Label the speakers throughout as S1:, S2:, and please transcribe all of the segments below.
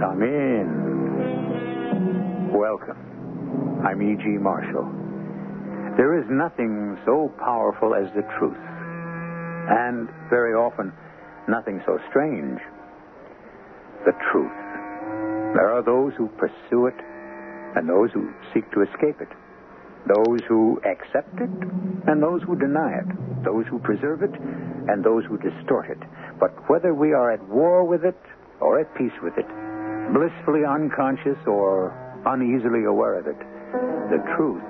S1: Come in. Welcome. I'm E.G. Marshall. There is nothing so powerful as the truth, and very often, nothing so strange. The truth. There are those who pursue it, and those who seek to escape it. Those who accept it, and those who deny it. Those who preserve it, and those who distort it. But whether we are at war with it, or at peace with it, blissfully unconscious or uneasily aware of it, the truth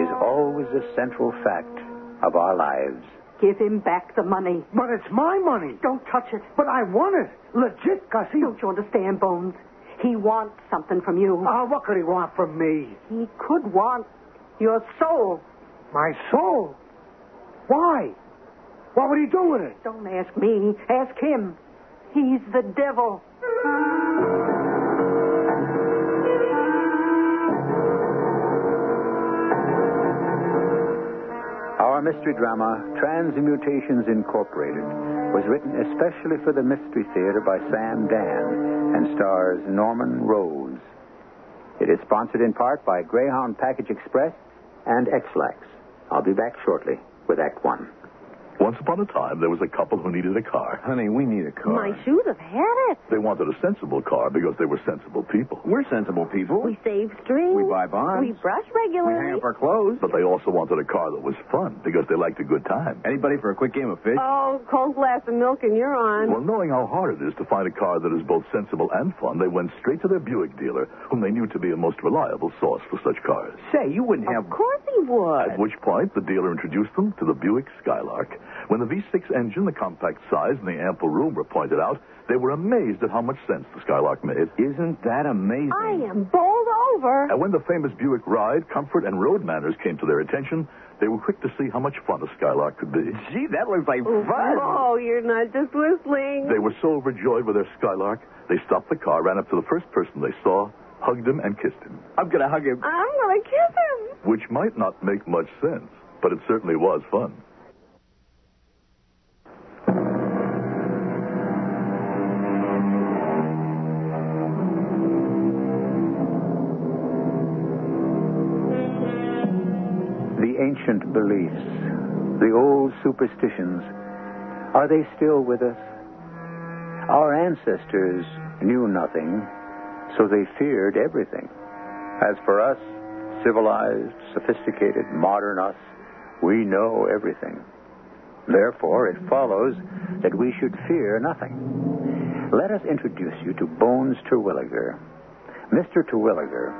S1: is always the central fact of our lives.
S2: Give him back the money.
S3: But it's my money.
S2: Don't touch it.
S3: But I want it. Legit, Cassie.
S2: Don't you understand, Bones? He wants something from you.
S3: Ah, what could he want from me?
S2: he could want your soul.
S3: My soul. Why? What would he do with it?
S2: Don't ask me. Ask him. He's the devil.
S1: Our mystery drama, Transmutations Incorporated, was written especially for the Mystery Theater by Sam Dan and stars Norman Rose. It is sponsored in part by Greyhound Package Express and Xlax. I'll be back shortly with Act One.
S4: Once upon a time, there was a couple who needed a car.
S5: Honey, we need a car.
S6: I should have had it.
S4: They wanted a sensible car because they were sensible people.
S5: We're sensible people.
S6: We save strings.
S5: We buy bonds.
S6: We brush
S5: We
S6: regularly.
S5: hang up our clothes.
S4: But they also wanted a car that was fun because they liked a good time.
S5: Anybody for a quick game of fish?
S6: Oh, cold glass of milk and you're on.
S4: Well, knowing how hard it is to find a car that is both sensible and fun, they went straight to their Buick dealer, whom they knew to be a most reliable source for such cars.
S5: Say, you wouldn't have.
S6: Of course he
S4: At
S6: would.
S4: which point, the dealer introduced them to the Buick Skylark. When the V6 engine, the compact size, and the ample room were pointed out, they were amazed at how much sense the Skylark made.
S5: Isn't that amazing?
S6: I am bowled over.
S4: And when the famous Buick ride, comfort, and road manners came to their attention, they were quick to see how much fun a Skylark could be.
S5: Gee, that looks like fun.
S6: Oh, you're not just whistling.
S4: They were so overjoyed with their Skylark, they stopped the car, ran up to the first person they saw, hugged him, and kissed him.
S5: I'm going to hug him.
S6: I'm going to kiss him.
S4: Which might not make much sense, but it certainly was fun.
S1: The ancient beliefs, the old superstitions, are they still with us? Our ancestors knew nothing, so they feared everything. As for us, civilized, sophisticated, modern us, we know everything. Therefore, it follows that we should fear nothing. Let us introduce you to Bones Terwilliger. Mr. Terwilliger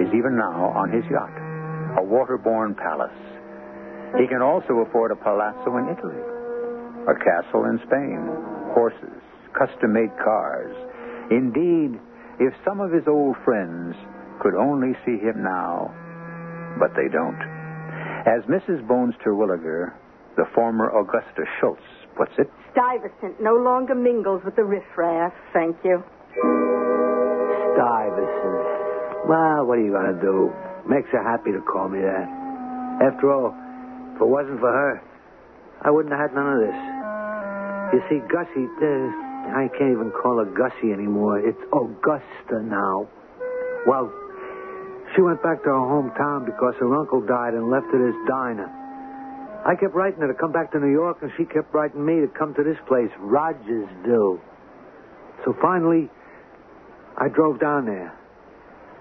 S1: is even now on his yacht, a waterborne palace. He can also afford a palazzo in Italy, a castle in Spain, horses, custom made cars. Indeed, if some of his old friends could only see him now, but they don't. As Mrs. Bones Terwilliger, the former Augusta Schultz, puts it,
S2: Stuyvesant no longer mingles with the riffraff. Thank you.
S7: Stuyvesant. Well, what are you going to do? Makes her happy to call me that. After all, if it wasn't for her, I wouldn't have had none of this. You see, Gussie, uh, I can't even call her Gussie anymore. It's Augusta now. Well, she went back to her hometown because her uncle died and left her this diner. I kept writing her to come back to New York, and she kept writing me to come to this place, Rogersville. So finally, I drove down there.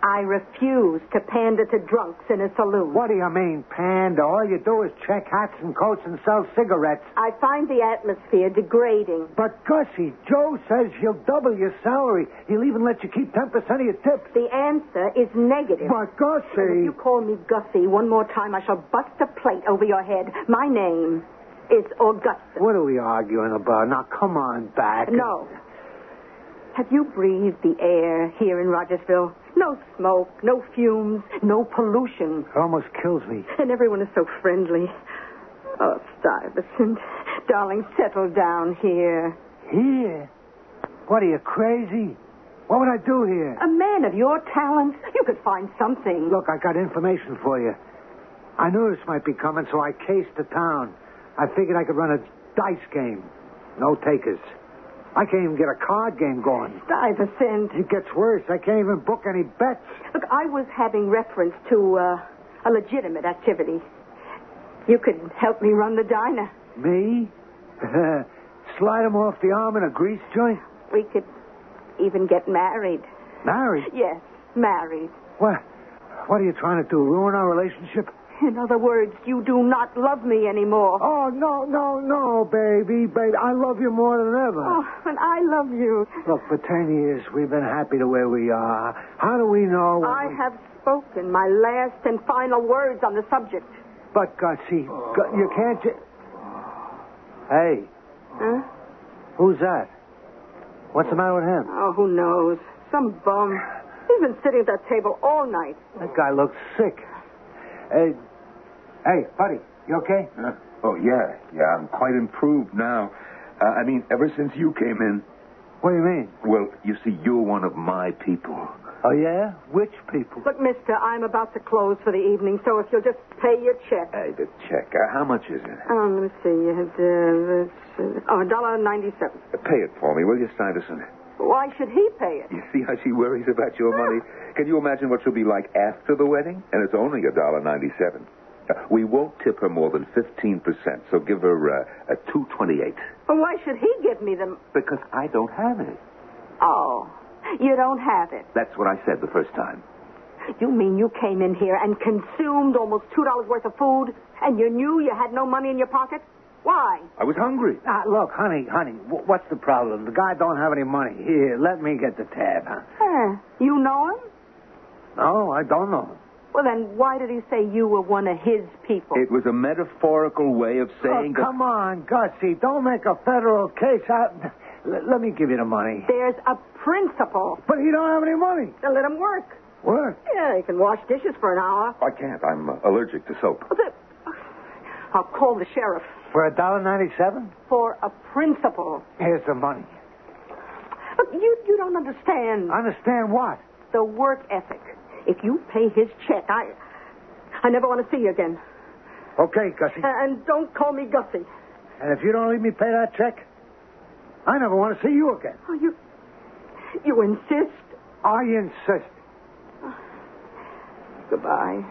S2: I refuse to pander to drunks in a saloon.
S3: What do you mean, panda? All you do is check hats and coats and sell cigarettes.
S2: I find the atmosphere degrading.
S3: But, Gussie, Joe says he'll double your salary. He'll even let you keep 10% of your tips.
S2: The answer is negative.
S3: But,
S2: And if
S3: Gussie...
S2: you call me Gussie one more time, I shall bust a plate over your head. My name is Augusta.
S7: What are we arguing about? Now, come on back.
S2: No. Have you breathed the air here in Rogersville? No smoke, no fumes, no pollution.
S7: It almost kills me.
S2: And everyone is so friendly. Oh, Stuyvesant, darling, settle down here.
S7: Here? What are you, crazy?
S3: What would I do here?
S2: A man of your talents, you could find something.
S7: Look, I got information for you. I knew this might be coming, so I cased the town. I figured I could run a dice game. No takers. I can't even get a card game going.
S2: Stuyvesant.
S7: It gets worse. I can't even book any bets.
S2: Look, I was having reference to uh, a legitimate activity. You could help me run the diner.
S7: Me? Slide him off the arm in a grease joint?
S2: We could even get married.
S7: Married?
S2: Yes, married.
S7: What? What are you trying to do? Ruin our relationship?
S2: In other words, you do not love me anymore.
S7: Oh, no, no, no, baby, baby. I love you more than ever.
S2: Oh, and I love you.
S7: Look, for ten years we've been happy the way we are. How do we know? when
S2: I
S7: we-
S2: have spoken my last and final words on the subject.
S7: But Gutsy, Gu- you can't. Ju- hey,
S2: Huh?
S7: who's that? What's the matter with him?
S2: Oh, who knows? Some bum. He's been sitting at that table all night.
S7: That guy looks sick. Hey, hey, buddy, you okay?
S5: Huh? Oh, yeah, yeah, I'm quite improved now. Uh, I mean, ever since you came in.
S7: What do you mean?
S5: Well, you see, you're one of my people.
S7: Oh yeah, which people?
S2: Look, mister, I'm about to close for the evening, so if you'll just pay your check.
S5: Hey, the check. Uh, how much is it?
S2: Oh, let me see. You had, uh, uh, oh, $1.97.
S5: Uh, pay it for me, will you, Stuyvesant?
S2: Why should he pay it?
S5: You see how she worries about your money? Can you imagine what she'll be like after the wedding? And it's only a dollar ninety-seven. Uh, we won't tip her more than fifteen percent, so give her uh, a two twenty-eight.
S2: Well, why should he give me them?
S5: Because I don't have it.
S2: Oh, you don't have it.
S5: That's what I said the first time.
S2: You mean you came in here and consumed almost $2 worth of food, and you knew you had no money in your pocket? Why?
S5: I was hungry.
S7: Ah, look, honey, honey, wh- what's the problem? The guy don't have any money. Here, let me get the tab, huh?
S2: Eh, you know him?
S7: No, I don't know. him.
S2: Well, then why did he say you were one of his people?
S5: It was a metaphorical way of saying
S7: Oh, come on, Gutsy, don't make a federal case. I, L- let me give you the money.
S2: There's a principle.
S7: But he don't have any money.
S2: Now let him work.
S7: What?
S2: Yeah, he can wash dishes for an hour.
S5: I can't. I'm uh, allergic to soap.
S2: Well, the- I'll call the sheriff
S7: For a dollar ninety-seven?
S2: for a principle.
S7: Here's the money.
S2: Look, you, you don't understand
S7: Understand what?
S2: the work ethic. If you pay his check, I I never want to see you again.
S7: Okay, Gussie.
S2: A- And don't call me Gussie.
S7: And if you don't leave me pay that check, I never want to see you again.
S2: Oh, you you insist?
S7: I insist.
S2: Goodbye,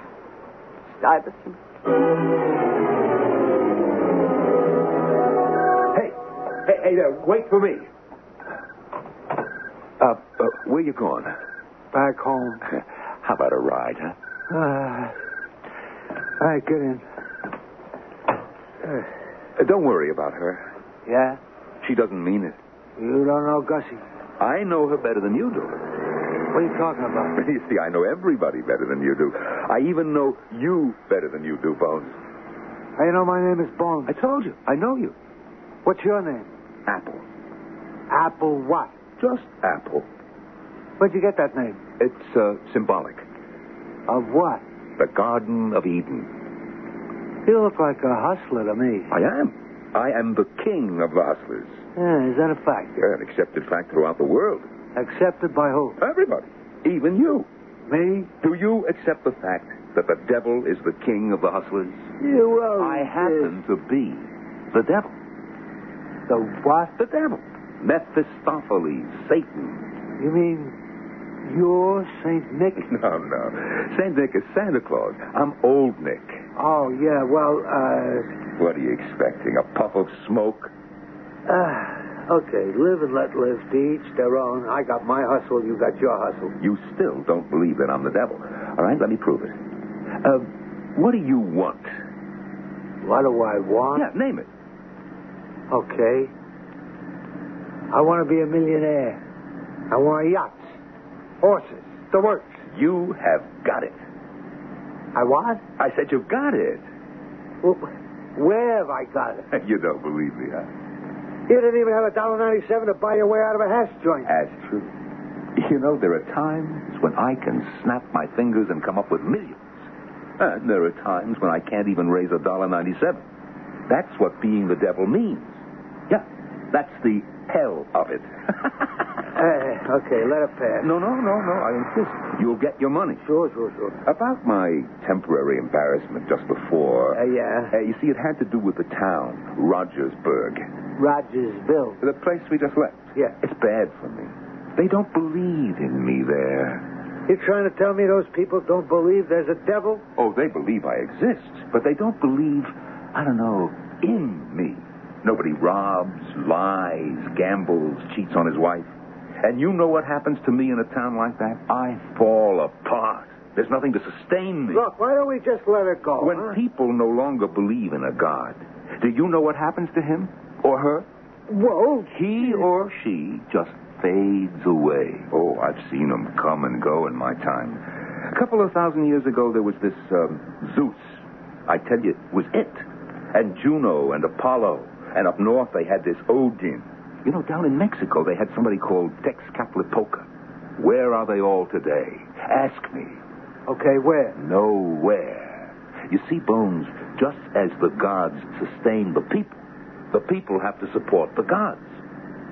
S2: Stuyvesant.
S5: Hey, hey, hey there, wait for me. Uh, uh, where you going?
S7: Back home.
S5: How about a ride, huh?
S7: Uh, all right, get in.
S5: Uh, don't worry about her.
S7: Yeah?
S5: She doesn't mean it.
S7: You don't know Gussie.
S5: I know her better than you do.
S7: What are you talking about?
S5: You see, I know everybody better than you do. I even know you better than you do, Bones.
S7: How you know my name is Bones?
S5: I told you, I know you.
S7: What's your name?
S5: Apple.
S7: Apple what?
S5: Just Apple.
S7: Where'd you get that name?
S5: It's uh, symbolic.
S7: Of what?
S5: The Garden of Eden.
S7: You look like a hustler to me.
S5: I am. I am the king of the hustlers.
S7: Yeah, is that a fact?
S5: Yeah, an accepted fact throughout the world.
S7: Accepted by who?
S5: Everybody. Even you.
S7: Me?
S5: Do you accept the fact that the devil is the king of the hustlers?
S7: You are.
S5: I happen to be the devil.
S7: The what?
S5: The devil. Mephistopheles, Satan.
S7: You mean you're Saint Nick?
S5: No, no. Saint Nick is Santa Claus. I'm old Nick.
S7: Oh yeah. Well, uh,
S5: What are you expecting? A puff of smoke?
S7: uh Okay, live and let live. To each their own. I got my hustle. You got your hustle.
S4: You still don't believe that I'm the devil. All right, let me prove it. Uh, what do you want?
S7: What do I want?
S4: Yeah, name it.
S7: Okay. I want to be a millionaire. I want yachts, horses, the works.
S4: You have got it.
S7: I what?
S4: I said you got it.
S7: Well, where have I got it?
S4: You don't believe me, huh?
S7: You didn't even have a dollar ninety-seven to buy your way out of a hash joint.
S4: That's true. You know, there are times when I can snap my fingers and come up with millions. And there are times when I can't even raise a dollar ninety-seven. That's what being the devil means. Yeah, that's the hell of it.
S7: Hey, Uh, okay, let it pass.
S4: no, no, no, no. I insist. You'll get your money.
S7: Sure, sure, sure.
S4: About my temporary embarrassment just before.
S7: Uh, yeah,
S4: Uh, you see, it had to do with the town, Rogersburg.
S7: Rogersville.
S4: The place we just left.
S7: Yeah.
S4: It's bad for me. They don't believe in me there.
S7: You trying to tell me those people don't believe there's a devil?
S4: Oh, they believe I exist, but they don't believe, I don't know, in me. Nobody robs, lies, gambles, cheats on his wife. And you know what happens to me in a town like that? I fall apart. There's nothing to sustain me.
S7: Look, why don't we just let it go?
S4: when
S7: huh?
S4: people no longer believe in a God, do you know what happens to him or her?
S7: Whoa.
S4: He or she just fades away. Oh, I've seen them come and go in my time. A couple of thousand years ago, there was this um, Zeus. I tell you, it was it. And Juno and Apollo. And up north, they had this Odin. You know, down in Mexico, they had somebody called Texcatlipoca. Where are they all today? Ask me.
S7: Okay, where?
S4: Nowhere. You see, Bones, just as the gods sustain the people, the people have to support the gods.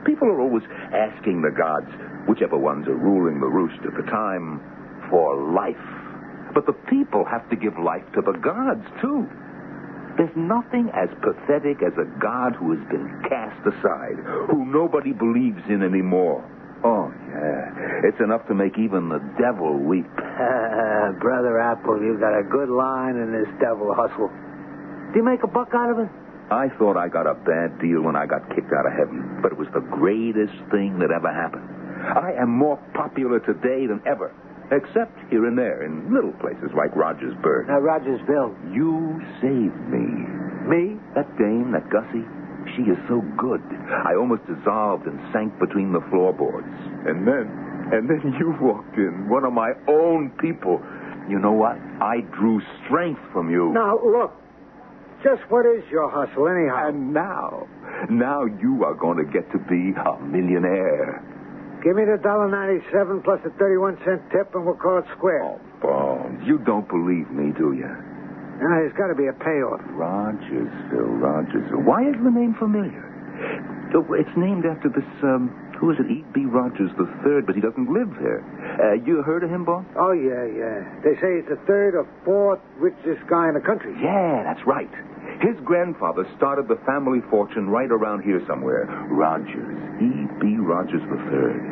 S4: People are always asking the gods, whichever ones are ruling the roost at the time, for life. But the people have to give life to the gods, too. There's nothing as pathetic as a god who has been cast aside, who nobody believes in anymore. Oh, yeah. It's enough to make even the devil weep.
S7: Brother Apple, you got a good line in this devil hustle. Do you make a buck out of it?
S4: I thought I got a bad deal when I got kicked out of heaven, but it was the greatest thing that ever happened. I am more popular today than ever, except here and there in little places like Rogersburg.
S7: Now, Rogersville.
S4: you saved me.
S7: Me?
S4: That dame, that Gussie, she is so good. I almost dissolved and sank between the floorboards. And then, and then you walked in, one of my own people. You know what? I drew strength from you.
S7: Now, look. Just what is your hustle, anyhow?
S4: And now, now you are going to get to be a millionaire.
S7: Give me the dollar ninety-seven plus the thirty-one cent tip, and we'll call it square.
S4: Bones, you don't believe me, do you?
S7: Now, there's got to be a payoff.
S4: Rogersville, Rogersville. Why is the name familiar? Oh, It's named after this, um, who is it? E.B. Rogers the third, but he doesn't live here. Uh, you heard of him, boss?
S7: Oh yeah, yeah. They say it's the third or fourth richest guy in the country.
S4: Yeah, that's right. His grandfather started the family fortune right around here somewhere. Rogers,
S5: E.
S4: E.B. Rogers the third.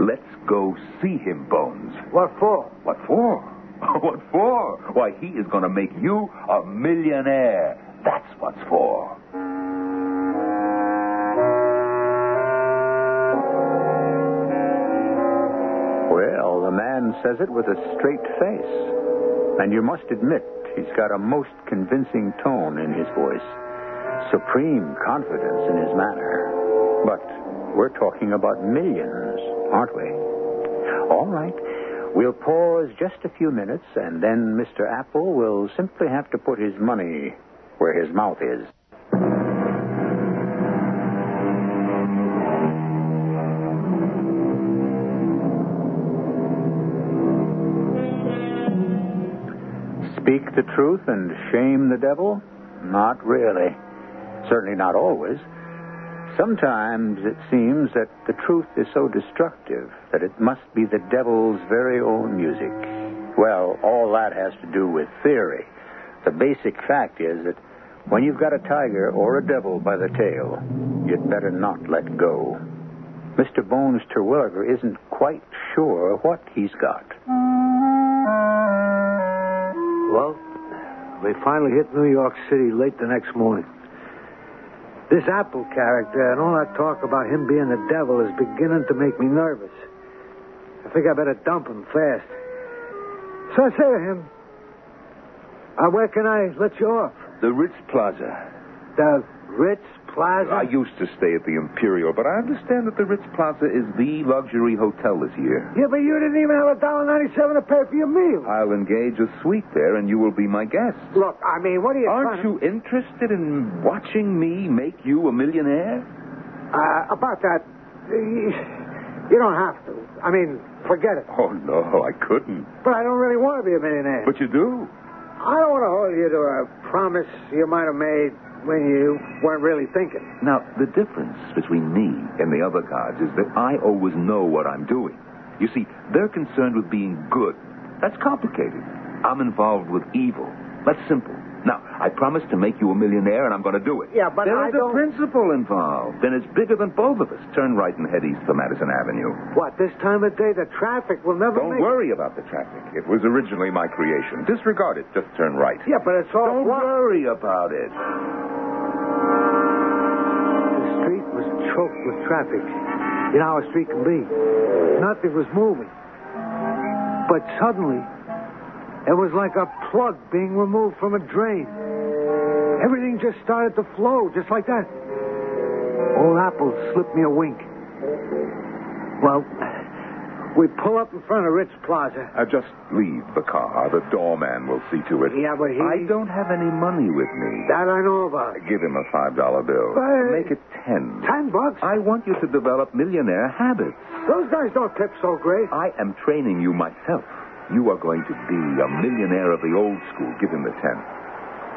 S4: Let's go see him, Bones.
S7: What for?
S4: What for? What for? Why, he is going to make you a millionaire. That's what's for.
S1: Well, the man says it with a straight face. And you must admit, he's got a most convincing tone in his voice, supreme confidence in his manner. But we're talking about millions, aren't we? All right. We'll pause just a few minutes, and then Mr. Apple will simply have to put his money where his mouth is. Speak the truth and shame the devil? Not really. Certainly not always. Sometimes it seems that the truth is so destructive that it must be the devil's very own music. Well, all that has to do with theory. The basic fact is that when you've got a tiger or a devil by the tail, you'd better not let go. Mr. Bones Terwilliger isn't quite sure what he's got.
S7: Well, we finally hit New York City late the next morning. This Apple character and all that talk about him being the devil is beginning to make me nervous. I think I better dump him fast. So I say to him, uh, where can I let you off?
S5: The Ritz Plaza.
S7: The Ritz Plaza?
S5: I used to stay at the Imperial, but I understand that the Ritz Plaza is the luxury hotel this year. Uh,
S7: Yeah, but you didn't even have a dollar ninety-seven to pay for your meal.
S5: I'll engage a suite there, and you will be my guest.
S7: Look, I mean, what are you?
S5: Aren't
S7: trying
S5: you interested in watching me make you a millionaire?
S7: to- Uh, about that, uh, you don't have to. I mean, forget it.
S5: Oh, no, I couldn't.
S7: But I don't really want to be a millionaire.
S5: But you do.
S7: I don't want to hold you to a promise you might have made when you weren't really thinking.
S5: Now, the difference between me and the other gods is that I always know what I'm doing. You see, they're concerned with being good. That's complicated. I'm involved with evil. That's simple. Now, I promised to make you a millionaire, and I'm going to do it.
S7: Yeah, but
S5: there
S7: I
S5: is
S7: don't-
S5: a principle involved, and it's bigger than both of us. Turn right and head east to Madison Avenue.
S7: What, this time of day, the traffic will never
S5: Don't
S7: make...
S5: worry about the traffic. It was originally my creation. Disregard it. Just turn right.
S7: Yeah, but it's all
S5: Don't
S7: blocked.
S5: worry about it.
S7: The street was choked with traffic. You know how a street can be. Nothing was moving. But suddenly, it was like a plug being removed from a drain. Everything just started to flow, just like that. Old Apple slipped me a wink. Well, we pull up in front of Ritz Plaza.
S5: Uh, just leave the car. The doorman will see to it.
S7: Yeah, but he-
S5: I don't have any money with me.
S7: That I know about.
S5: Give him a $5 bill.
S7: But-
S5: Make it 10
S7: Ten bucks?
S5: I want you to develop millionaire habits.
S7: Those guys don't tip so great.
S5: I am training you myself. You are going to be a millionaire of the old school. Give him the 10.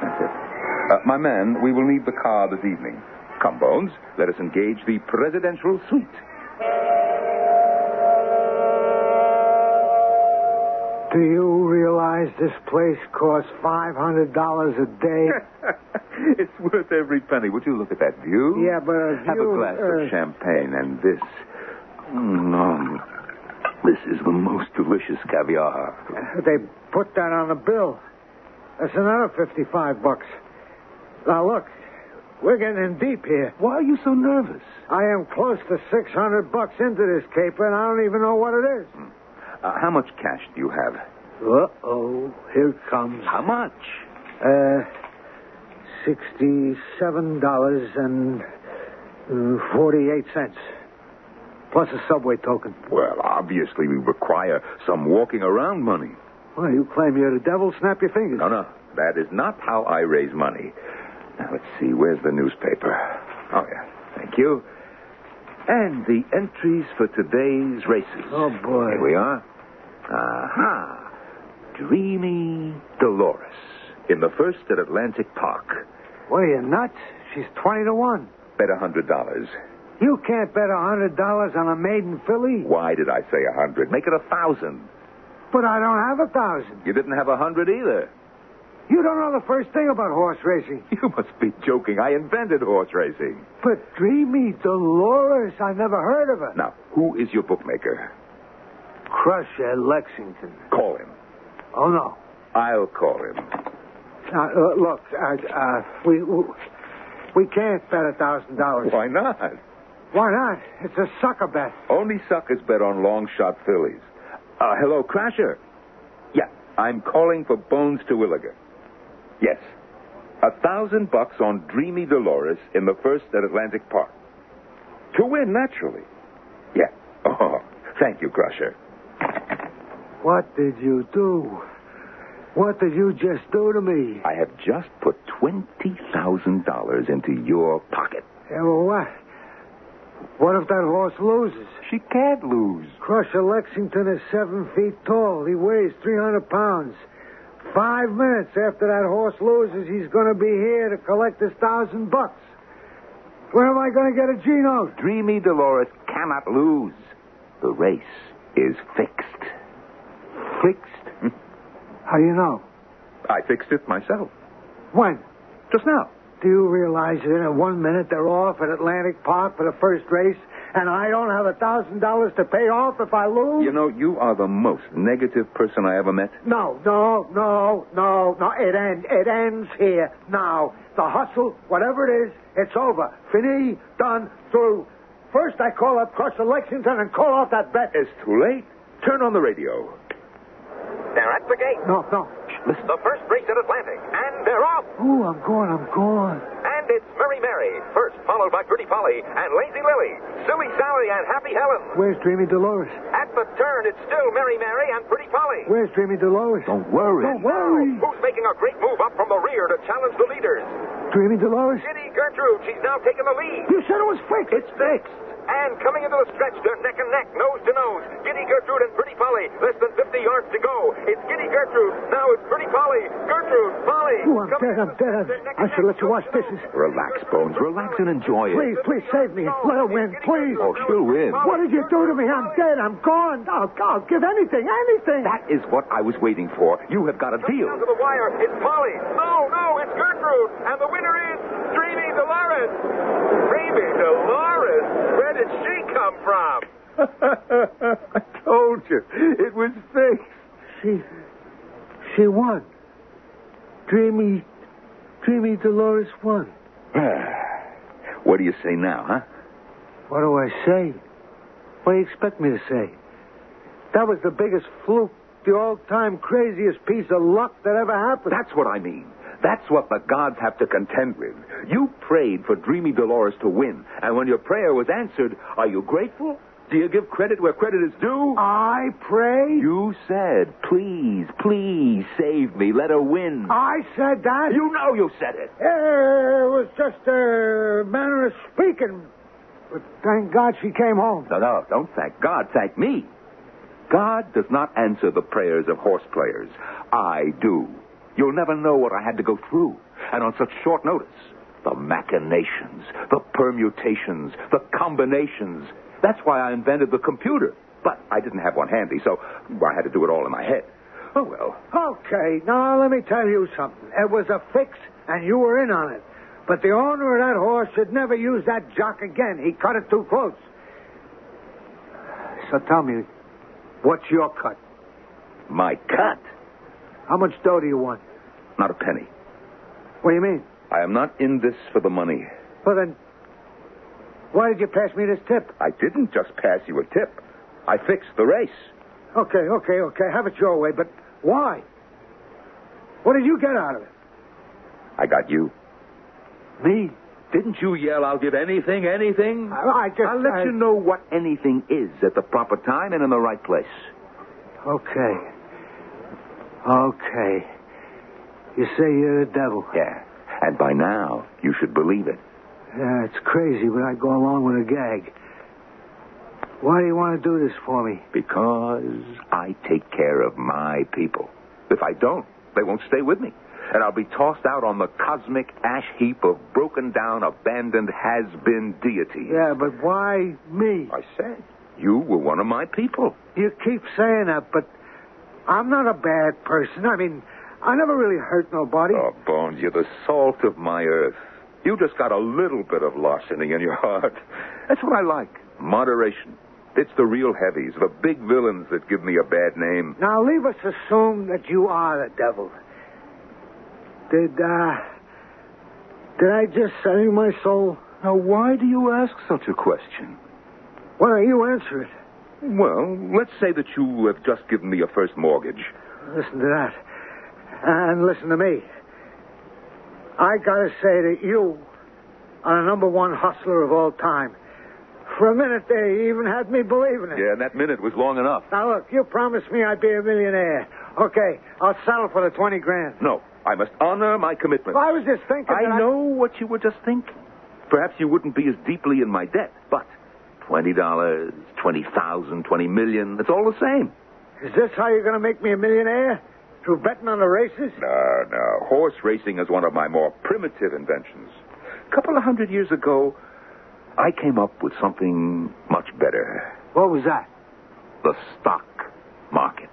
S5: That's it. Uh, my man, we will need the car this evening. Come, Bones. Let us engage the presidential suite.
S7: Do you realize this place costs $500 a day?
S5: it's worth every penny. Would you look at that view?
S7: Yeah, but a
S5: Have
S7: view,
S5: a glass
S7: uh,
S5: of champagne and this. Mm, this is the most delicious caviar.
S7: They put that on the bill. That's another 55 bucks. Now, look, we're getting in deep here.
S5: Why are you so nervous?
S7: I am close to 600 bucks into this caper, and I don't even know what it is.
S5: Uh, how much cash do you have?
S7: Uh-oh, here it comes.
S5: How much?
S7: Uh, $67.48. uh, Plus a subway token.
S5: Well, obviously, we require some walking around money.
S7: Well, you claim you're the devil, snap your fingers.
S5: No, no. That is not how I raise money. Now, let's see. Where's the newspaper? Oh, yeah. Thank you. And the entries for today's races.
S7: Oh, boy.
S5: Here we are. Aha. Dreamy Dolores in the first at Atlantic Park.
S7: What are you, nuts? She's 20 to 1.
S5: Bet a hundred dollars.
S7: You can't bet a hundred dollars on a maiden filly.
S5: Why did I say a hundred? Make it a thousand.
S7: But I don't have a thousand.
S5: You didn't have a hundred either.
S7: You don't know the first thing about horse racing.
S5: You must be joking. I invented horse racing.
S7: But dreamy Dolores, I never heard of her.
S5: Now, who is your bookmaker?
S7: Crush at Lexington.
S5: Call him.
S7: Oh no.
S5: I'll call him.
S7: Now, uh, look, uh, uh, we, we we can't bet a thousand dollars.
S5: Why not?
S7: Why not? It's a sucker bet.
S5: Only suckers bet on long shot fillies. Uh, hello, Crasher. Yeah, I'm calling for Bones to Williger. Yes, a thousand bucks on Dreamy Dolores in the first at Atlantic Park. To win, naturally. Yeah. Oh, thank you, Crusher.
S7: What did you do? What did you just do to me?
S5: I have just put twenty thousand dollars into your pocket.
S7: Yeah, Eh, well, what? What if that horse loses?
S5: She can't lose.
S7: Crusher Lexington is seven feet tall. He weighs 300 pounds. Five minutes after that horse loses, he's going to be here to collect his thousand bucks. Where am I going to get a G note?
S5: Dreamy Dolores cannot lose. The race is fixed.
S7: Fixed. How do you know?
S5: I fixed it myself.
S7: When?
S5: Just now.
S7: Do you realize that in one minute they're off at Atlantic Park for the first race, and I don't have a thousand dollars to pay off if I lose?
S5: You know, you are the most negative person I ever met.
S7: No, no, no, no, no. It end, it ends here now. The hustle, whatever it is, it's over. Fini, done, through. First, I call up Cross Elections and then call off that bet.
S5: It's too late. Turn on the radio.
S8: They're at the gate.
S7: No, no.
S8: The first race at Atlantic. And they're off.
S7: Ooh, I'm going, I'm going.
S8: And it's Mary Mary, first, followed by Pretty Polly and Lazy Lily, Silly Sally and Happy Helen.
S7: Where's Dreamy Dolores?
S8: At the turn, it's still Mary Mary and Pretty Polly.
S7: Where's Dreamy Dolores?
S4: Don't worry.
S7: Don't worry.
S8: Who's making a great move up from the rear to challenge the leaders?
S7: Dreamy Dolores?
S8: Kitty Gertrude, she's now taking the lead.
S7: You said it was fixed.
S5: It's fixed.
S8: And coming into the stretch, they're neck and neck, nose to nose. Giddy Gertrude and Pretty Polly, less than 50 yards to go. It's Giddy Gertrude. Now it's Pretty Polly. Gertrude, Polly.
S7: Ooh, Oh, I'm dead,
S8: Coming
S7: I'm
S8: into the
S7: dead.
S8: stretch, they're neck
S7: I
S8: and
S7: should
S8: neck,
S7: let you
S8: nose
S7: watch
S8: to
S7: this.
S8: nose.
S5: Relax, Bones. Relax and enjoy it.
S7: Please, please save me. Let her win, please.
S5: Oh, she'll win.
S7: What did you do to me? I'm dead. I'm gone. I'll, I'll give anything, anything.
S5: That is what I was waiting for. You have got a
S8: Comes
S5: deal.
S8: Down to the wire. It's Polly. No, no, it's Gertrude. And the winner is Dreamy Dolores. Dreamy Dolores? Where did she come from?
S7: I told you. It was fixed. She. She won. Dreamy. Dreamy Dolores won.
S5: What do you say now, huh?
S7: What do I say? What do you expect me to say? That was the biggest fluke, the all time craziest piece of luck that ever happened.
S5: That's what I mean. That's what the gods have to contend with. You prayed for Dreamy Dolores to win, and when your prayer was answered, are you grateful? Do you give credit where credit is due?
S7: I pray.
S5: You said, please, please save me. Let her win.
S7: I said that.
S5: Ah, You know you said it.
S7: Yeah, it was just a manner of speaking. But thank God she came home.
S5: No, no, don't thank God. Thank me. God does not answer the prayers of horse players. I do. You'll never know what I had to go through. And on such short notice, the machinations, the permutations, the combinations. That's why I invented the computer. But I didn't have one handy, so I had to do it all in my head. Oh, well.
S7: Okay, now let me tell you something. It was a fix, and you were in on it. But the owner of that horse should never use that jock again. He cut it too close. So tell me, what's your cut?
S5: My cut.
S7: How much dough do you want?
S5: Not a penny.
S7: What do you mean?
S5: I am not in this for the money.
S7: Well, then, why did you pass me this tip?
S5: I didn't just pass you a tip. I fixed the race.
S7: Okay, okay, okay. Have it your way, but why? What did you get out of it?
S5: I got you.
S7: Me?
S5: Didn't you yell, I'll give anything, anything?
S7: I, I just.
S5: I'll let
S7: I-
S5: you know what anything is at the proper time and in the right place.
S7: Okay. Okay. You say you're the devil.
S5: Yeah. And by now, you should believe it.
S7: Yeah, it's crazy, but I go along with a gag. Why do you want to do this for me?
S5: Because I take care of my people. If I don't, they won't stay with me. And I'll be tossed out on the cosmic ash heap of broken down, abandoned, has been deities.
S7: Yeah, but why me?
S5: I said, you were one of my people.
S7: You keep saying that, but I'm not a bad person. I mean, I never really hurt nobody.
S5: Oh, Bones, you're the salt of my earth. You just got a little bit of larceny in your heart. That's what I like. Moderation. It's the real heavies, the big villains that give me a bad name.
S7: Now, leave us assume that you are the devil. Did, uh. Did I just sell you my soul?
S5: Now, why do you ask such a question?
S7: Why don't you answer it?
S5: Well, let's say that you have just given me your first mortgage.
S7: Listen to that. And listen to me. I gotta say that you are the number one hustler of all time. For a minute there, you even had me believing it.
S5: Yeah, and that minute was long enough.
S7: Now look, you promised me I'd be a millionaire. Okay, I'll settle for the 20 grand.
S5: No, I must honor my commitment.
S7: I was just thinking. that
S5: I know what you were just thinking. Perhaps you wouldn't be as deeply in my debt, but twenty dollars, twenty thousand, twenty million—it's all the same.
S7: Is this how you're gonna make me a millionaire? Through betting on the races?
S5: No, no. Uh, Horse racing is one of my more primitive inventions. A couple of hundred years ago, I came up with something much better
S7: What was that?
S5: the stock market.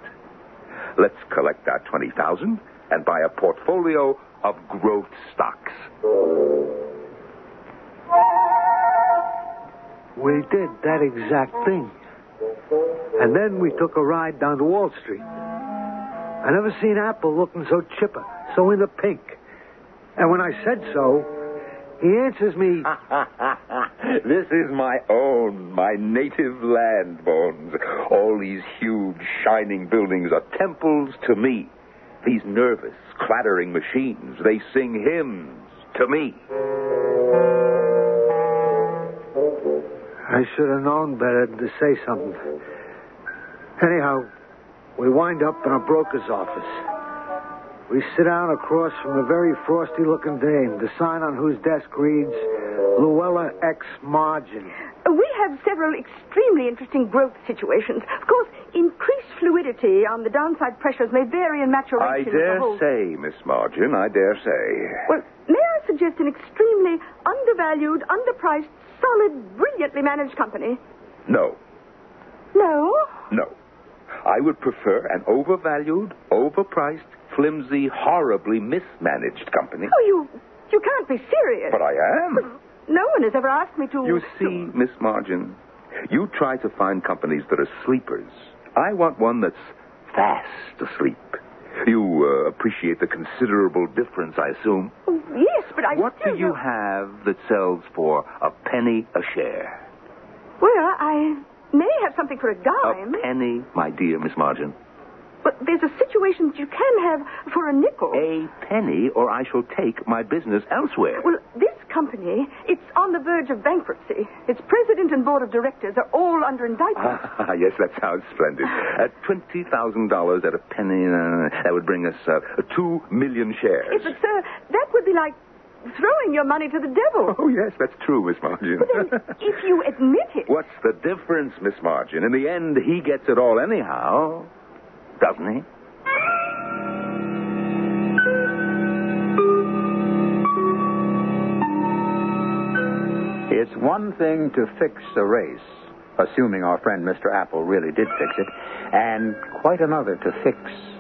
S5: Let's collect our 20000 and buy a portfolio of growth stocks.
S7: we did that exact thing. And then we took a ride down to Wall Street. I never seen Apple looking so chipper, so in the pink. And when I said so, he answers me.
S5: this is my own, my native land, Bones. All these huge, shining buildings are temples to me. These nervous, clattering machines, they sing hymns to me.
S7: I should have known better than to say something. Anyhow, we wind up in a broker's office. We sit down across from a very frosty looking dame, the sign on whose desk reads Luella X Margin.
S2: We have several extremely interesting growth situations. Of course, increased fluidity on the downside pressures may vary in
S5: I
S2: maturation. of the
S5: dare
S2: whole-
S5: say, Miss Margin, I dare say.
S2: Well, may I suggest an extremely undervalued, underpriced, solid, brilliantly managed company?
S5: No,
S2: No?
S5: no. I would prefer an overvalued, overpriced, flimsy, horribly mismanaged company.
S2: Oh, you, you can't be serious.
S5: But I am.
S2: No one has ever asked me to.
S5: You see, Miss Margin, you try to find companies that are sleepers. I want one that's fast asleep. You uh, appreciate the considerable difference, I assume.
S2: Oh, yes, but I
S5: what
S2: still
S5: do you
S2: don't-
S5: have that sells for a penny a share?
S2: Well, I may have something for a dime,
S5: A penny, my dear Miss Margin.
S2: but there's a situation that you can have for a nickel.
S5: A penny, or I shall take my business elsewhere.
S2: Well, this company, it's on the verge of bankruptcy. Its president and board of directors are all under indictment.
S5: Ah, yes, that sounds splendid. At twenty thousand dollars at a penny, uh, that would bring us uh, two million shares.
S2: Yes, but, sir, uh, that would be like throwing your money to the devil.
S5: Oh, yes, that's true, Miss Margin.
S2: if you admit it.
S5: What's the difference, Miss Margin? In the end, he gets it all anyhow, doesn't he?
S9: It's one thing to fix a race, assuming our friend Mr. Apple really did fix it, and quite another to fix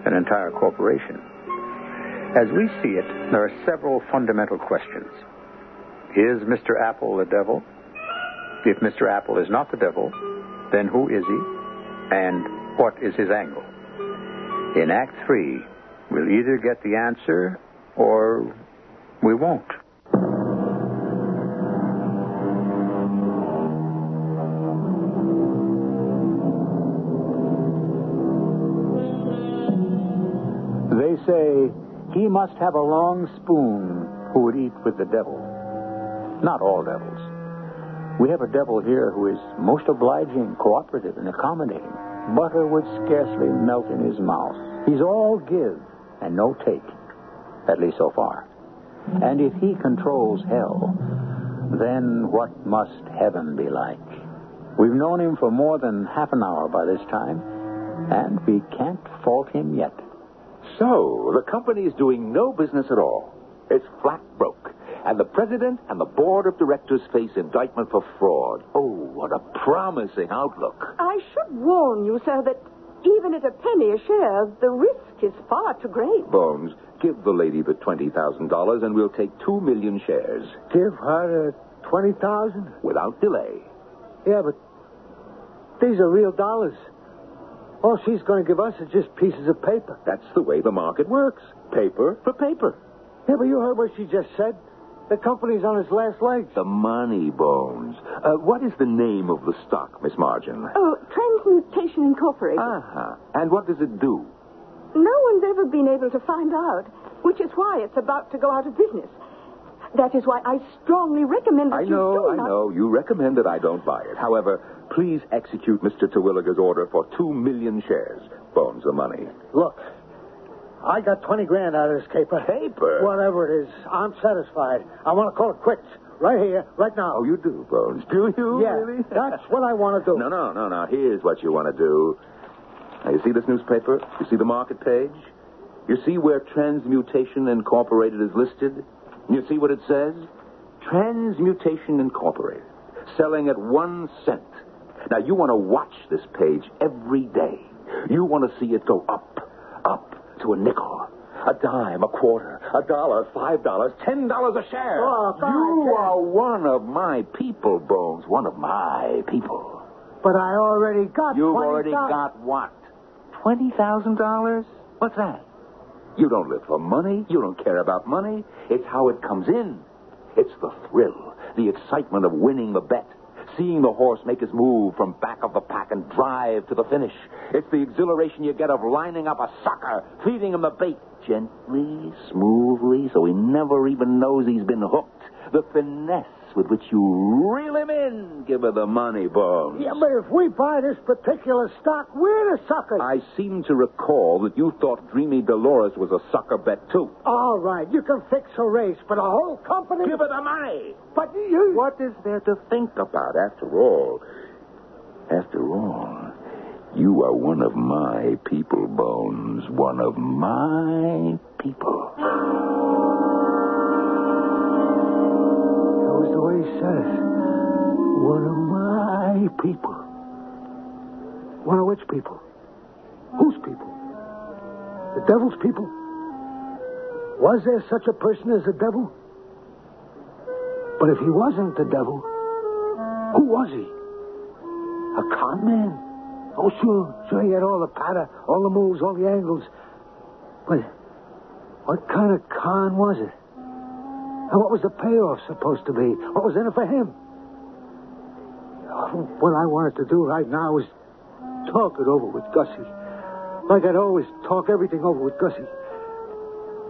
S9: an entire corporation. As we see it, there are several fundamental questions. Is Mr. Apple the devil? If Mr. Apple is not the devil, then who is he? And what is his angle? In Act 3, we'll either get the answer or we won't.
S1: They say he must have a long spoon who would eat with the devil. Not all devils. We have a devil here who is most obliging, cooperative, and accommodating. Butter would scarcely melt in his mouth. He's all give and no take, at least so far. And if he controls hell, then what must heaven be like? We've known him for more than half an hour by this time, and we can't fault him yet.
S10: So, the company is doing no business at all. It's flat broke. And the president and the board of directors face indictment for fraud. Oh, what a promising outlook.
S2: I should warn you, sir, that even at a penny a share, the risk is far too great.
S10: Bones, give the lady the $20,000 and we'll take 2 million shares.
S3: Give her uh, 20,000?
S10: Without delay.
S3: Yeah, but these are real dollars. All she's going to give us is just pieces of paper.
S10: That's the way the market works. Paper for paper.
S3: Yeah, but you heard what she just said. The company's on its last legs.
S10: The money, Bones. Uh, what is the name of the stock, Miss Margin?
S2: Oh, Transmutation Incorporated.
S10: Uh-huh. And what does it do?
S2: No one's ever been able to find out, which is why it's about to go out of business. That is why I strongly recommend that
S10: I
S2: you
S10: know,
S2: do
S10: I
S2: not.
S10: know. You recommend that I don't buy it. However, please execute Mr. Terwilliger's order for two million shares. Bones the money.
S3: Look, I got 20 grand out of this paper.
S10: Paper?
S3: Whatever it is, I'm satisfied. I want to call it quits. Right here, right now.
S10: Oh, you do, Bones. Do you
S3: yeah,
S10: really?
S3: that's what I want to do.
S10: No, no, no, no. Here's what you want to do. Now, you see this newspaper? You see the market page? You see where Transmutation Incorporated is listed? You see what it says? Transmutation Incorporated, selling at one cent. Now, you want to watch this page every day. You want to see it go up, up to a nickel, a dime, a quarter, A dollar, five dollars, ten dollars a share.
S5: Oh, God. You are one of my people, Bones. One of my people.
S7: But I already got
S5: You've
S7: 20
S5: already got what? Twenty thousand dollars? What's that? You don't live for money. You don't care about money. It's how it comes in. It's the thrill, the excitement of winning the bet, seeing the horse make his move from back of the pack and drive to the finish. It's the exhilaration you get of lining up a sucker, feeding him the bait gently, smoothly, so he never even knows he's been hooked. The finesse with which you reel him in. Give her the money, Bones.
S3: Yeah, but if we buy this particular stock, we're the suckers.
S5: I seem to recall that you thought Dreamy Dolores was a sucker bet, too.
S3: All right, you can fix a race, but a whole company.
S5: Give her the money.
S3: But you.
S5: What is there to think about, after all? After all, you are one of my people, Bones. One of my people.
S7: That was the way he said it. One of my people. One of which people? Whose people? The devil's people? Was there such a person as the devil? But if he wasn't the devil, who was he? A con man? Oh, sure, sure, he had all the patter, all the moves, all the angles. But what kind of con was it? And what was the payoff supposed to be? What was in it for him? Oh, What I wanted to do right now was talk it over with Gussie. Like I'd always talk everything over with Gussie.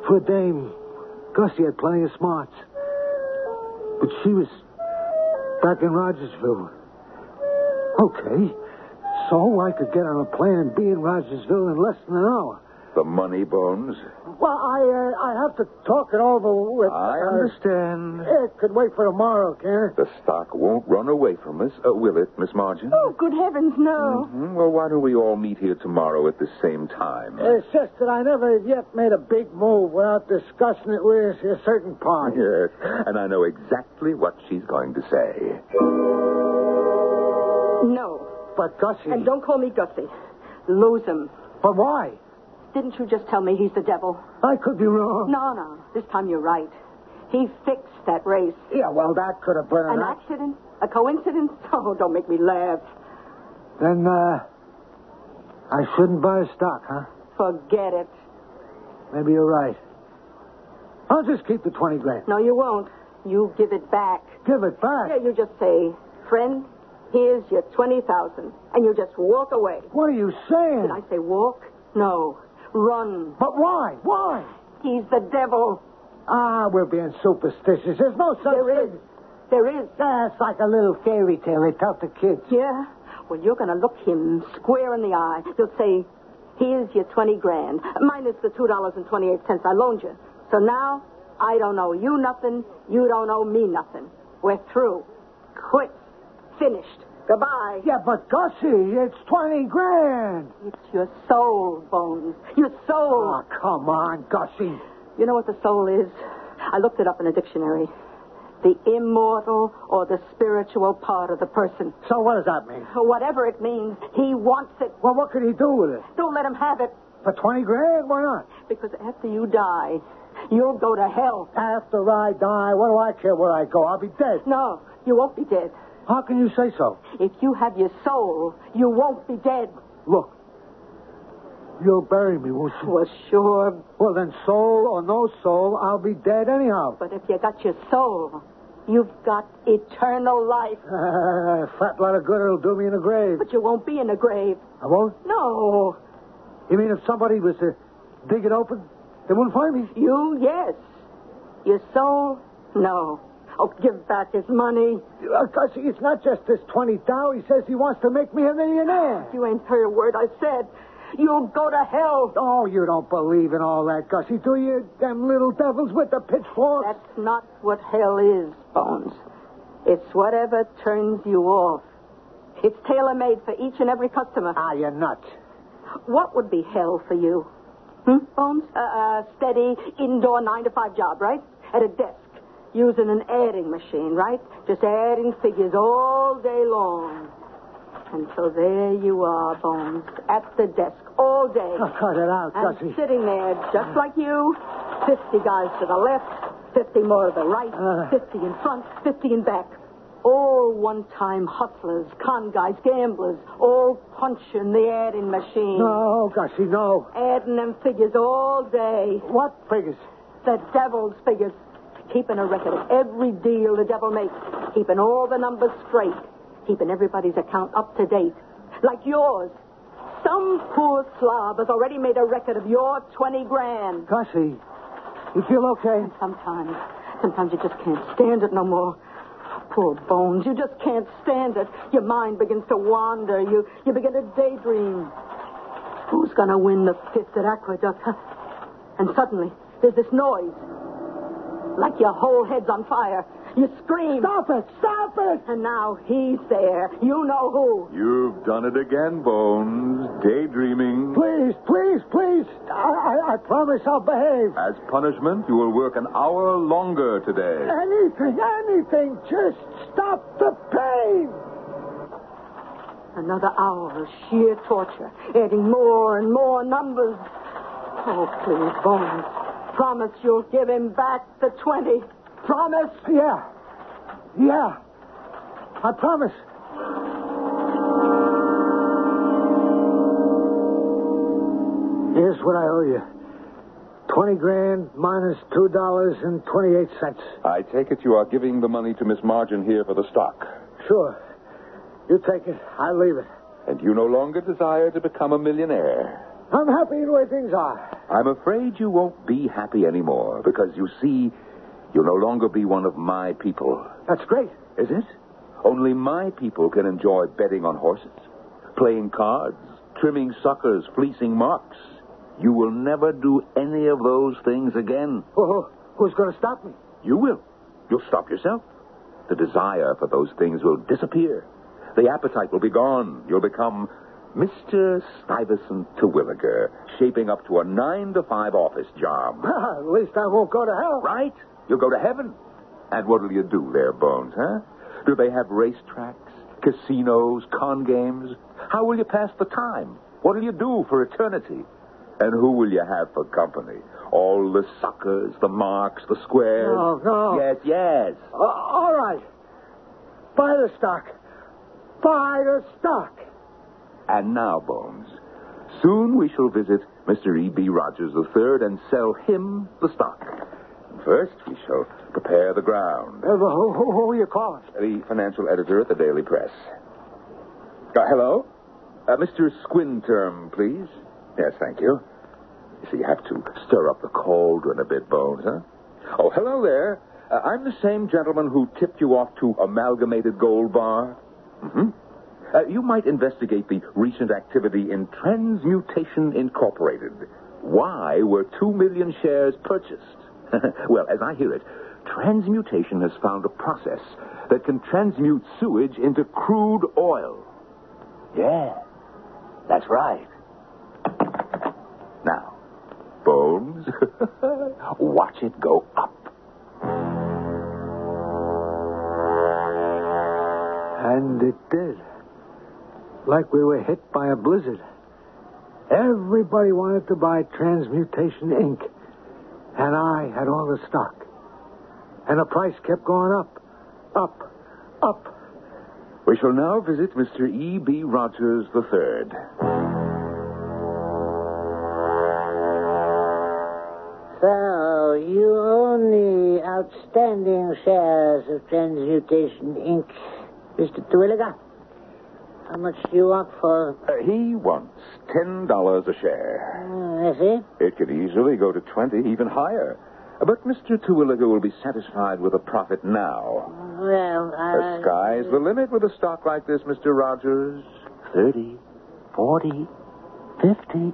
S7: For a dame, Gussie had plenty of smarts. But she was back in Rogersville. Okay. So I could get on a plane and be in Rogersville in less than an hour.
S5: The money, Bones?
S3: Well, I uh, I have to talk it over with.
S5: I
S3: uh,
S5: understand.
S3: it could wait for tomorrow, can it?
S5: The stock won't run away from us, uh, will it, Miss Margin?
S2: Oh, good heavens, no.
S5: Mhm. Well, why don't we all meet here tomorrow at the same time?
S7: Eh.
S3: It's just that I never yet made a big move without discussing it with a certain party.
S5: Yes, and I know exactly what she's going to say.
S10: Mm.
S2: No.
S3: But Gussie.
S2: And don't call me Gussie. Lose him.
S3: But why?
S2: Didn't you just tell me he's the devil?
S3: I could be wrong.
S2: No, no. This time you're right. He fixed that race.
S3: Yeah, well, that could have been
S2: An
S3: act-
S2: accident? A coincidence? Oh, don't make me laugh.
S3: Then, uh, I shouldn't buy a stock, huh?
S2: Forget it.
S3: Maybe you're right. I'll just keep the 20 grand.
S2: No, you won't. You give it back.
S3: Give it back.
S2: Yeah, you just say, friend, here's your 20000 And you just walk away.
S3: What are you saying?
S2: Did I say walk? No. Run.
S3: But why? Why?
S2: He's the devil.
S3: Ah, we're being superstitious. There's no such
S2: There is.
S3: thing.
S2: There is.
S3: That's like a little fairy tale they tell to kids.
S2: Yeah? Well, you're going to look him square in the eye. You'll say, here's your 20 grand, minus the $2.28 I loaned you. So now, I don't owe you nothing. You don't owe me nothing. We're through. Quit. Finished. Goodbye.
S3: Yeah, but Gussie, it's 20 grand.
S2: It's your soul, Bones. Your soul.
S7: Ah.
S3: Oh, come on, Gussie.
S2: You know what the soul is? I looked it up in a dictionary. The immortal or the spiritual part of the person.
S3: So what does that mean?
S2: Whatever it means, he wants it.
S3: Well, what could he do with it?
S2: Don't let him have it.
S3: For 20 grand? Why not?
S2: Because after you die, you'll go to hell.
S3: After I die, what do I care where I go? I'll be dead.
S2: No, you won't be dead.
S3: How can you say so?
S2: If you have your soul, you won't be dead.
S3: Look, you'll bury me, won't you?
S2: Well, sure,
S3: Well, then, soul or no soul, I'll be dead anyhow.
S2: but if you got your soul, you've got eternal life.
S3: Uh, fat lot of good it'll do me in the grave.
S2: But you won't be in a grave.
S3: I won't?
S2: No.
S3: You mean if somebody was to dig it open, they wouldn't find me?
S2: You, yes. Your soul, no. Oh, give back his money.
S3: Uh, Gussie, it's not just this 20 thou. He says he wants to make me a millionaire.
S2: You ain't heard a word I said. You'll go to hell.
S3: Oh, you don't believe in all that, Gussie, do you? Them little devils with the pitchforks.
S2: That's not what hell is, Bones. It's whatever turns you off. It's tailor made for each and every customer.
S3: Ah, you're nuts.
S2: What would be hell for you? Hmm, Bones? A uh, steady indoor nine to five job, right? At a desk. Using an adding machine, right? Just adding figures all day long. And so there you are, Bones, at the desk all day.
S3: Oh, cut it out,
S2: and
S3: Gussie.
S2: sitting there just like you, 50 guys to the left, 50 more to the right, 50 in front, 50 in back. All one time hustlers, con guys, gamblers, all punching the adding machine.
S7: No, Gussie, no.
S2: Adding them figures all day.
S7: What figures?
S2: The devil's figures. Keeping a record of every deal the devil makes, keeping all the numbers straight, keeping everybody's account up to date. Like yours. Some poor slob has already made a record of your 20 grand.
S7: Gussie, you feel okay?
S2: Sometimes. Sometimes you just can't stand it no more. Poor bones, you just can't stand it. Your mind begins to wander. You you begin to daydream. Who's gonna win the fifth at Aqueduct? huh? And suddenly there's this noise. Like your whole head's on fire. You scream. Stop it! Stop it! And now he's there. You know who.
S11: You've done it again, Bones. Daydreaming.
S7: Please, please, please. I, I, I promise I'll behave.
S11: As punishment, you will work an hour longer today.
S7: Anything, anything. Just stop the pain.
S2: Another hour of sheer torture, adding more and more numbers. Oh, please, Bones. Promise you'll give him back the 20. Promise?
S7: Yeah. Yeah. I promise. Here's what I owe you. Twenty grand minus two dollars and twenty-eight cents.
S11: I take it you are giving the money to Miss Margin here for the stock,
S7: Sure. You take it. I leave it.
S11: and you no longer desire to become a millionaire.
S7: I'm happy the way things are.
S5: I'm afraid you won't be happy anymore because you see, you'll no longer be one of my people.
S7: That's great.
S5: Is it? Only my people can enjoy betting on horses, playing cards, trimming suckers, fleecing marks. You will never do any of those things again.
S7: Who- who's going to stop me?
S5: You will. You'll stop yourself. The desire for those things will disappear. The appetite will be gone. You'll become Mr. Stuyvesant Terwilliger, shaping up to a nine to five office job.
S7: At least I won't go to hell.
S5: Right? You'll go to heaven. And what'll you do there, Bones, huh? Do they have racetracks, casinos, con games? How will you pass the time? What'll you do for eternity? And who will you have for company? All the suckers, the marks, the squares.
S7: No, Oh, no.
S5: Yes, yes.
S7: Uh, all right. Buy the stock. Buy the stock.
S5: And now, Bones, soon we shall visit Mr. E.B. Rogers III and sell him the stock. First, we shall prepare the ground.
S7: Uh, who, who, who are you calling?
S5: the financial editor at the Daily Press. Uh, hello? Uh, Mr. Squinterm, please. Yes, thank you. You see, you have to stir up the cauldron a bit, Bones, huh? Oh, hello there. Uh, I'm the same gentleman who tipped you off to Amalgamated Gold Bar. Mm-hmm. Uh, you might investigate the recent activity in Transmutation Incorporated. Why were two million shares purchased? well, as I hear it, transmutation has found a process that can transmute sewage into crude oil. Yeah, that's right. Now, Bones, watch it go up.
S7: And it did. Like we were hit by a blizzard. Everybody wanted to buy Transmutation Inc., and I had all the stock. And the price kept going up, up, up.
S5: We shall now visit Mr. E.B. Rogers III.
S1: So, you own the outstanding shares of Transmutation Inc., Mr. Terwilliger. How much do you want for.
S5: Uh, he wants $10 a share.
S1: Uh, I see.
S5: It could easily go to 20, even higher. But Mr. Terwilliger will be satisfied with a profit now.
S1: Well,
S5: The
S1: uh,
S5: sky's the limit with a stock like this, Mr. Rogers. 30, 40, 50.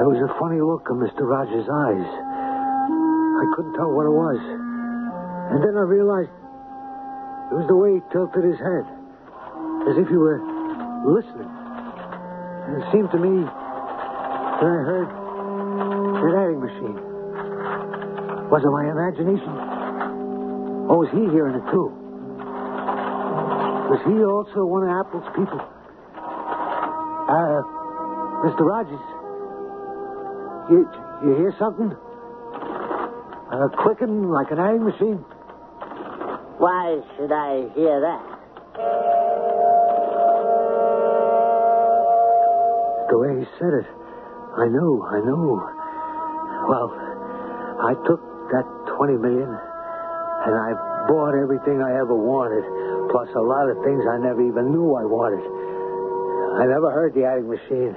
S7: There was a funny look in Mr. Rogers' eyes. I couldn't tell what it was. And then I realized it was the way he tilted his head, as if he were listening. And it seemed to me that I heard an adding machine. Was it my imagination? Or was he hearing it too? Was he also one of Apple's people? Uh, Mr. Rogers. You, you hear something? A clicking like an adding machine?
S12: Why should I hear that?
S7: The way he said it. I know, I know. Well, I took that 20 million and I bought everything I ever wanted, plus a lot of things I never even knew I wanted. I never heard the adding machine,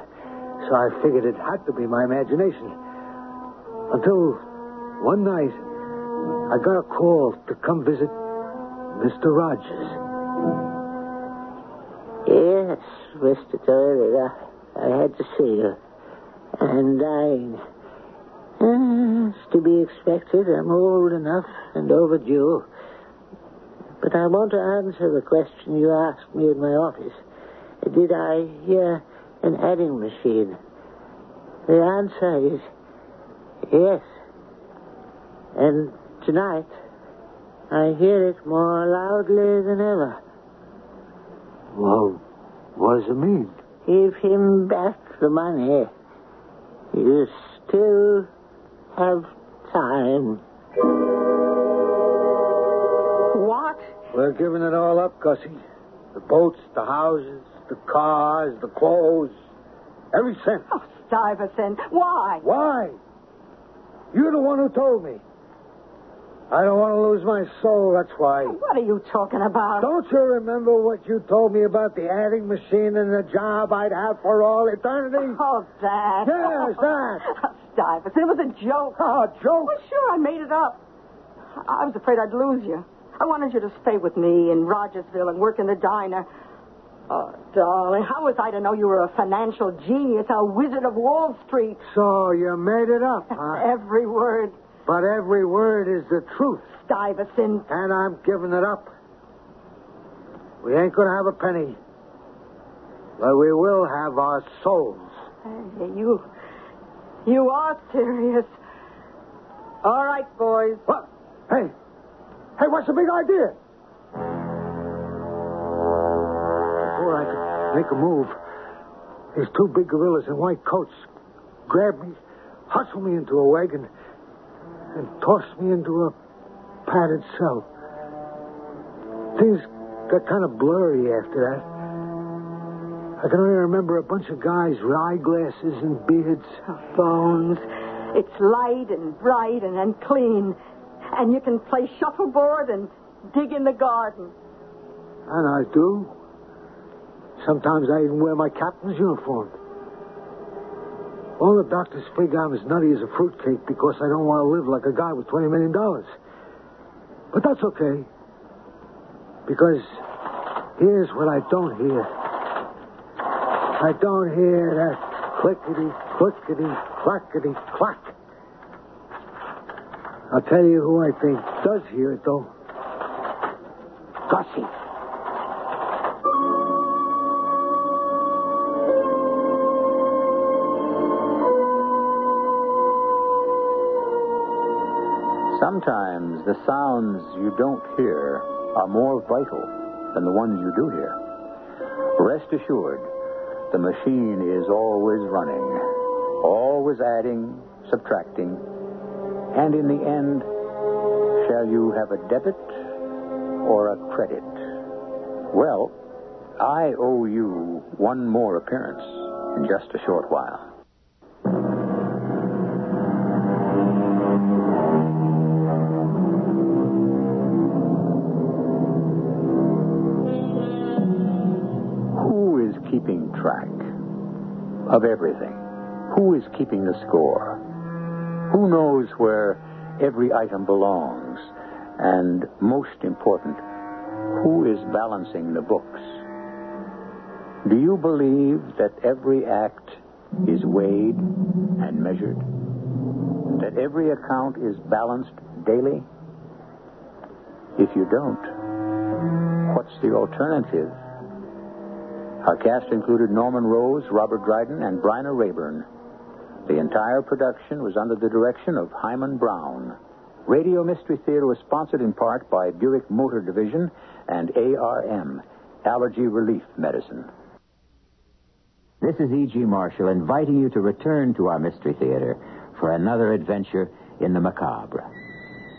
S7: so I figured it had to be my imagination. Until one night, I got a call to come visit Mr. Rogers.
S12: Yes, Mr. Doyle, I, I had to see you. I'm dying. As to be expected, I'm old enough and overdue. But I want to answer the question you asked me in my office. Did I hear an adding machine? The answer is yes. And tonight, I hear it more loudly than ever.
S7: Well, what does it mean?
S12: Give him back the money. You still have time.
S2: What?
S7: We're giving it all up, Gussie. The boats, the houses, the cars, the clothes. Every cent.
S2: Oh, Stuyvesant, why?
S7: Why? You're the one who told me. I don't want to lose my soul, that's why.
S2: What are you talking about?
S7: Don't you remember what you told me about the adding machine and the job I'd have for all eternity?
S2: Oh, that.
S7: Yes, that.
S2: Stuyvesant, it was a joke.
S7: Oh, a joke?
S2: Well, sure, I made it up. I was afraid I'd lose you. I wanted you to stay with me in Rogersville and work in the diner. Oh, darling, how was I to know you were a financial genius, a wizard of Wall Street?
S7: So you made it up, huh?
S2: Ah, Every word.
S7: but every word is the truth.
S2: Stuyvesant.
S7: And I'm giving it up. We ain't going to have a penny. But we will have our souls.
S2: Hey, you. You are serious. All right, boys.
S7: What? Hey. Hey, what's the big idea? Before I could make a move, these two big gorillas in white coats grabbed me, hustled me into a wagon, and tossed me into a padded cell. Things got kind of blurry after that. I can only remember a bunch of guys with eyeglasses and beards.
S2: Oh, Bones. It's light and bright and, and clean. And you can play shuffleboard and dig in the garden.
S7: And I do. Sometimes I even wear my captain's uniform. All the doctors figure I'm as nutty as a fruitcake because I don't want to live like a guy with $20 million. But that's okay. Because here's what I don't hear I don't hear that clickety, clickety, clackety, clack. I'll tell you who I think does hear it, though. Gussie.
S1: Sometimes the sounds you don't hear are more vital than the ones you do hear. Rest assured, the machine is always running, always adding, subtracting, and in the end, shall you have a debit or a credit? Well, I owe you one more appearance in just a short while. Who is keeping track of everything? Who is keeping the score? Who knows where every item belongs? And most important, who is balancing the books? Do you believe that every act is weighed and measured? That every account is balanced daily? If you don't, what's the alternative? Our cast included Norman Rose, Robert Dryden, and Bryna Rayburn. The entire production was under the direction of Hyman Brown. Radio Mystery Theater was sponsored in part by Buick Motor Division and ARM, Allergy Relief Medicine. E
S13: This is E.G. Marshall inviting you to return to our Mystery Theater
S1: for another adventure in the macabre.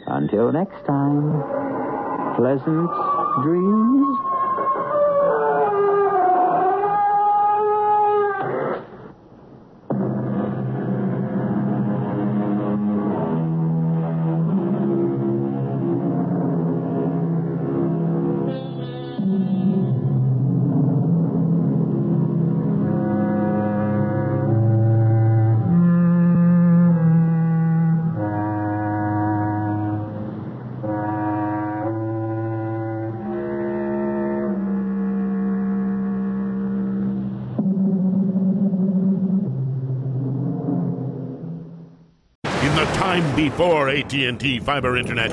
S1: Until next time, pleasant dreams.
S4: In the time before AT&T fiber internet.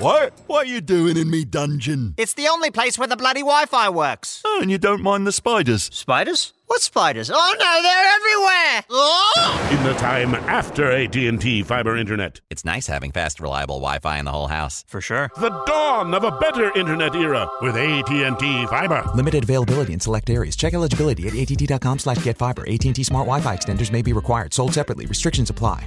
S8: What? What are you doing in me dungeon?
S14: It's the only place where the bloody Wi-Fi works.
S8: Oh, and you don't mind the spiders?
S14: Spiders? What spiders? Oh no, they're everywhere! Oh!
S4: In the time after AT&T fiber internet.
S15: It's nice having fast, reliable Wi-Fi in the whole house. For sure.
S4: The dawn of a better internet era with AT&T fiber.
S16: Limited availability in select areas. Check eligibility at att.com slash getfiber. AT&T smart Wi-Fi extenders may be required. Sold separately. Restrictions apply.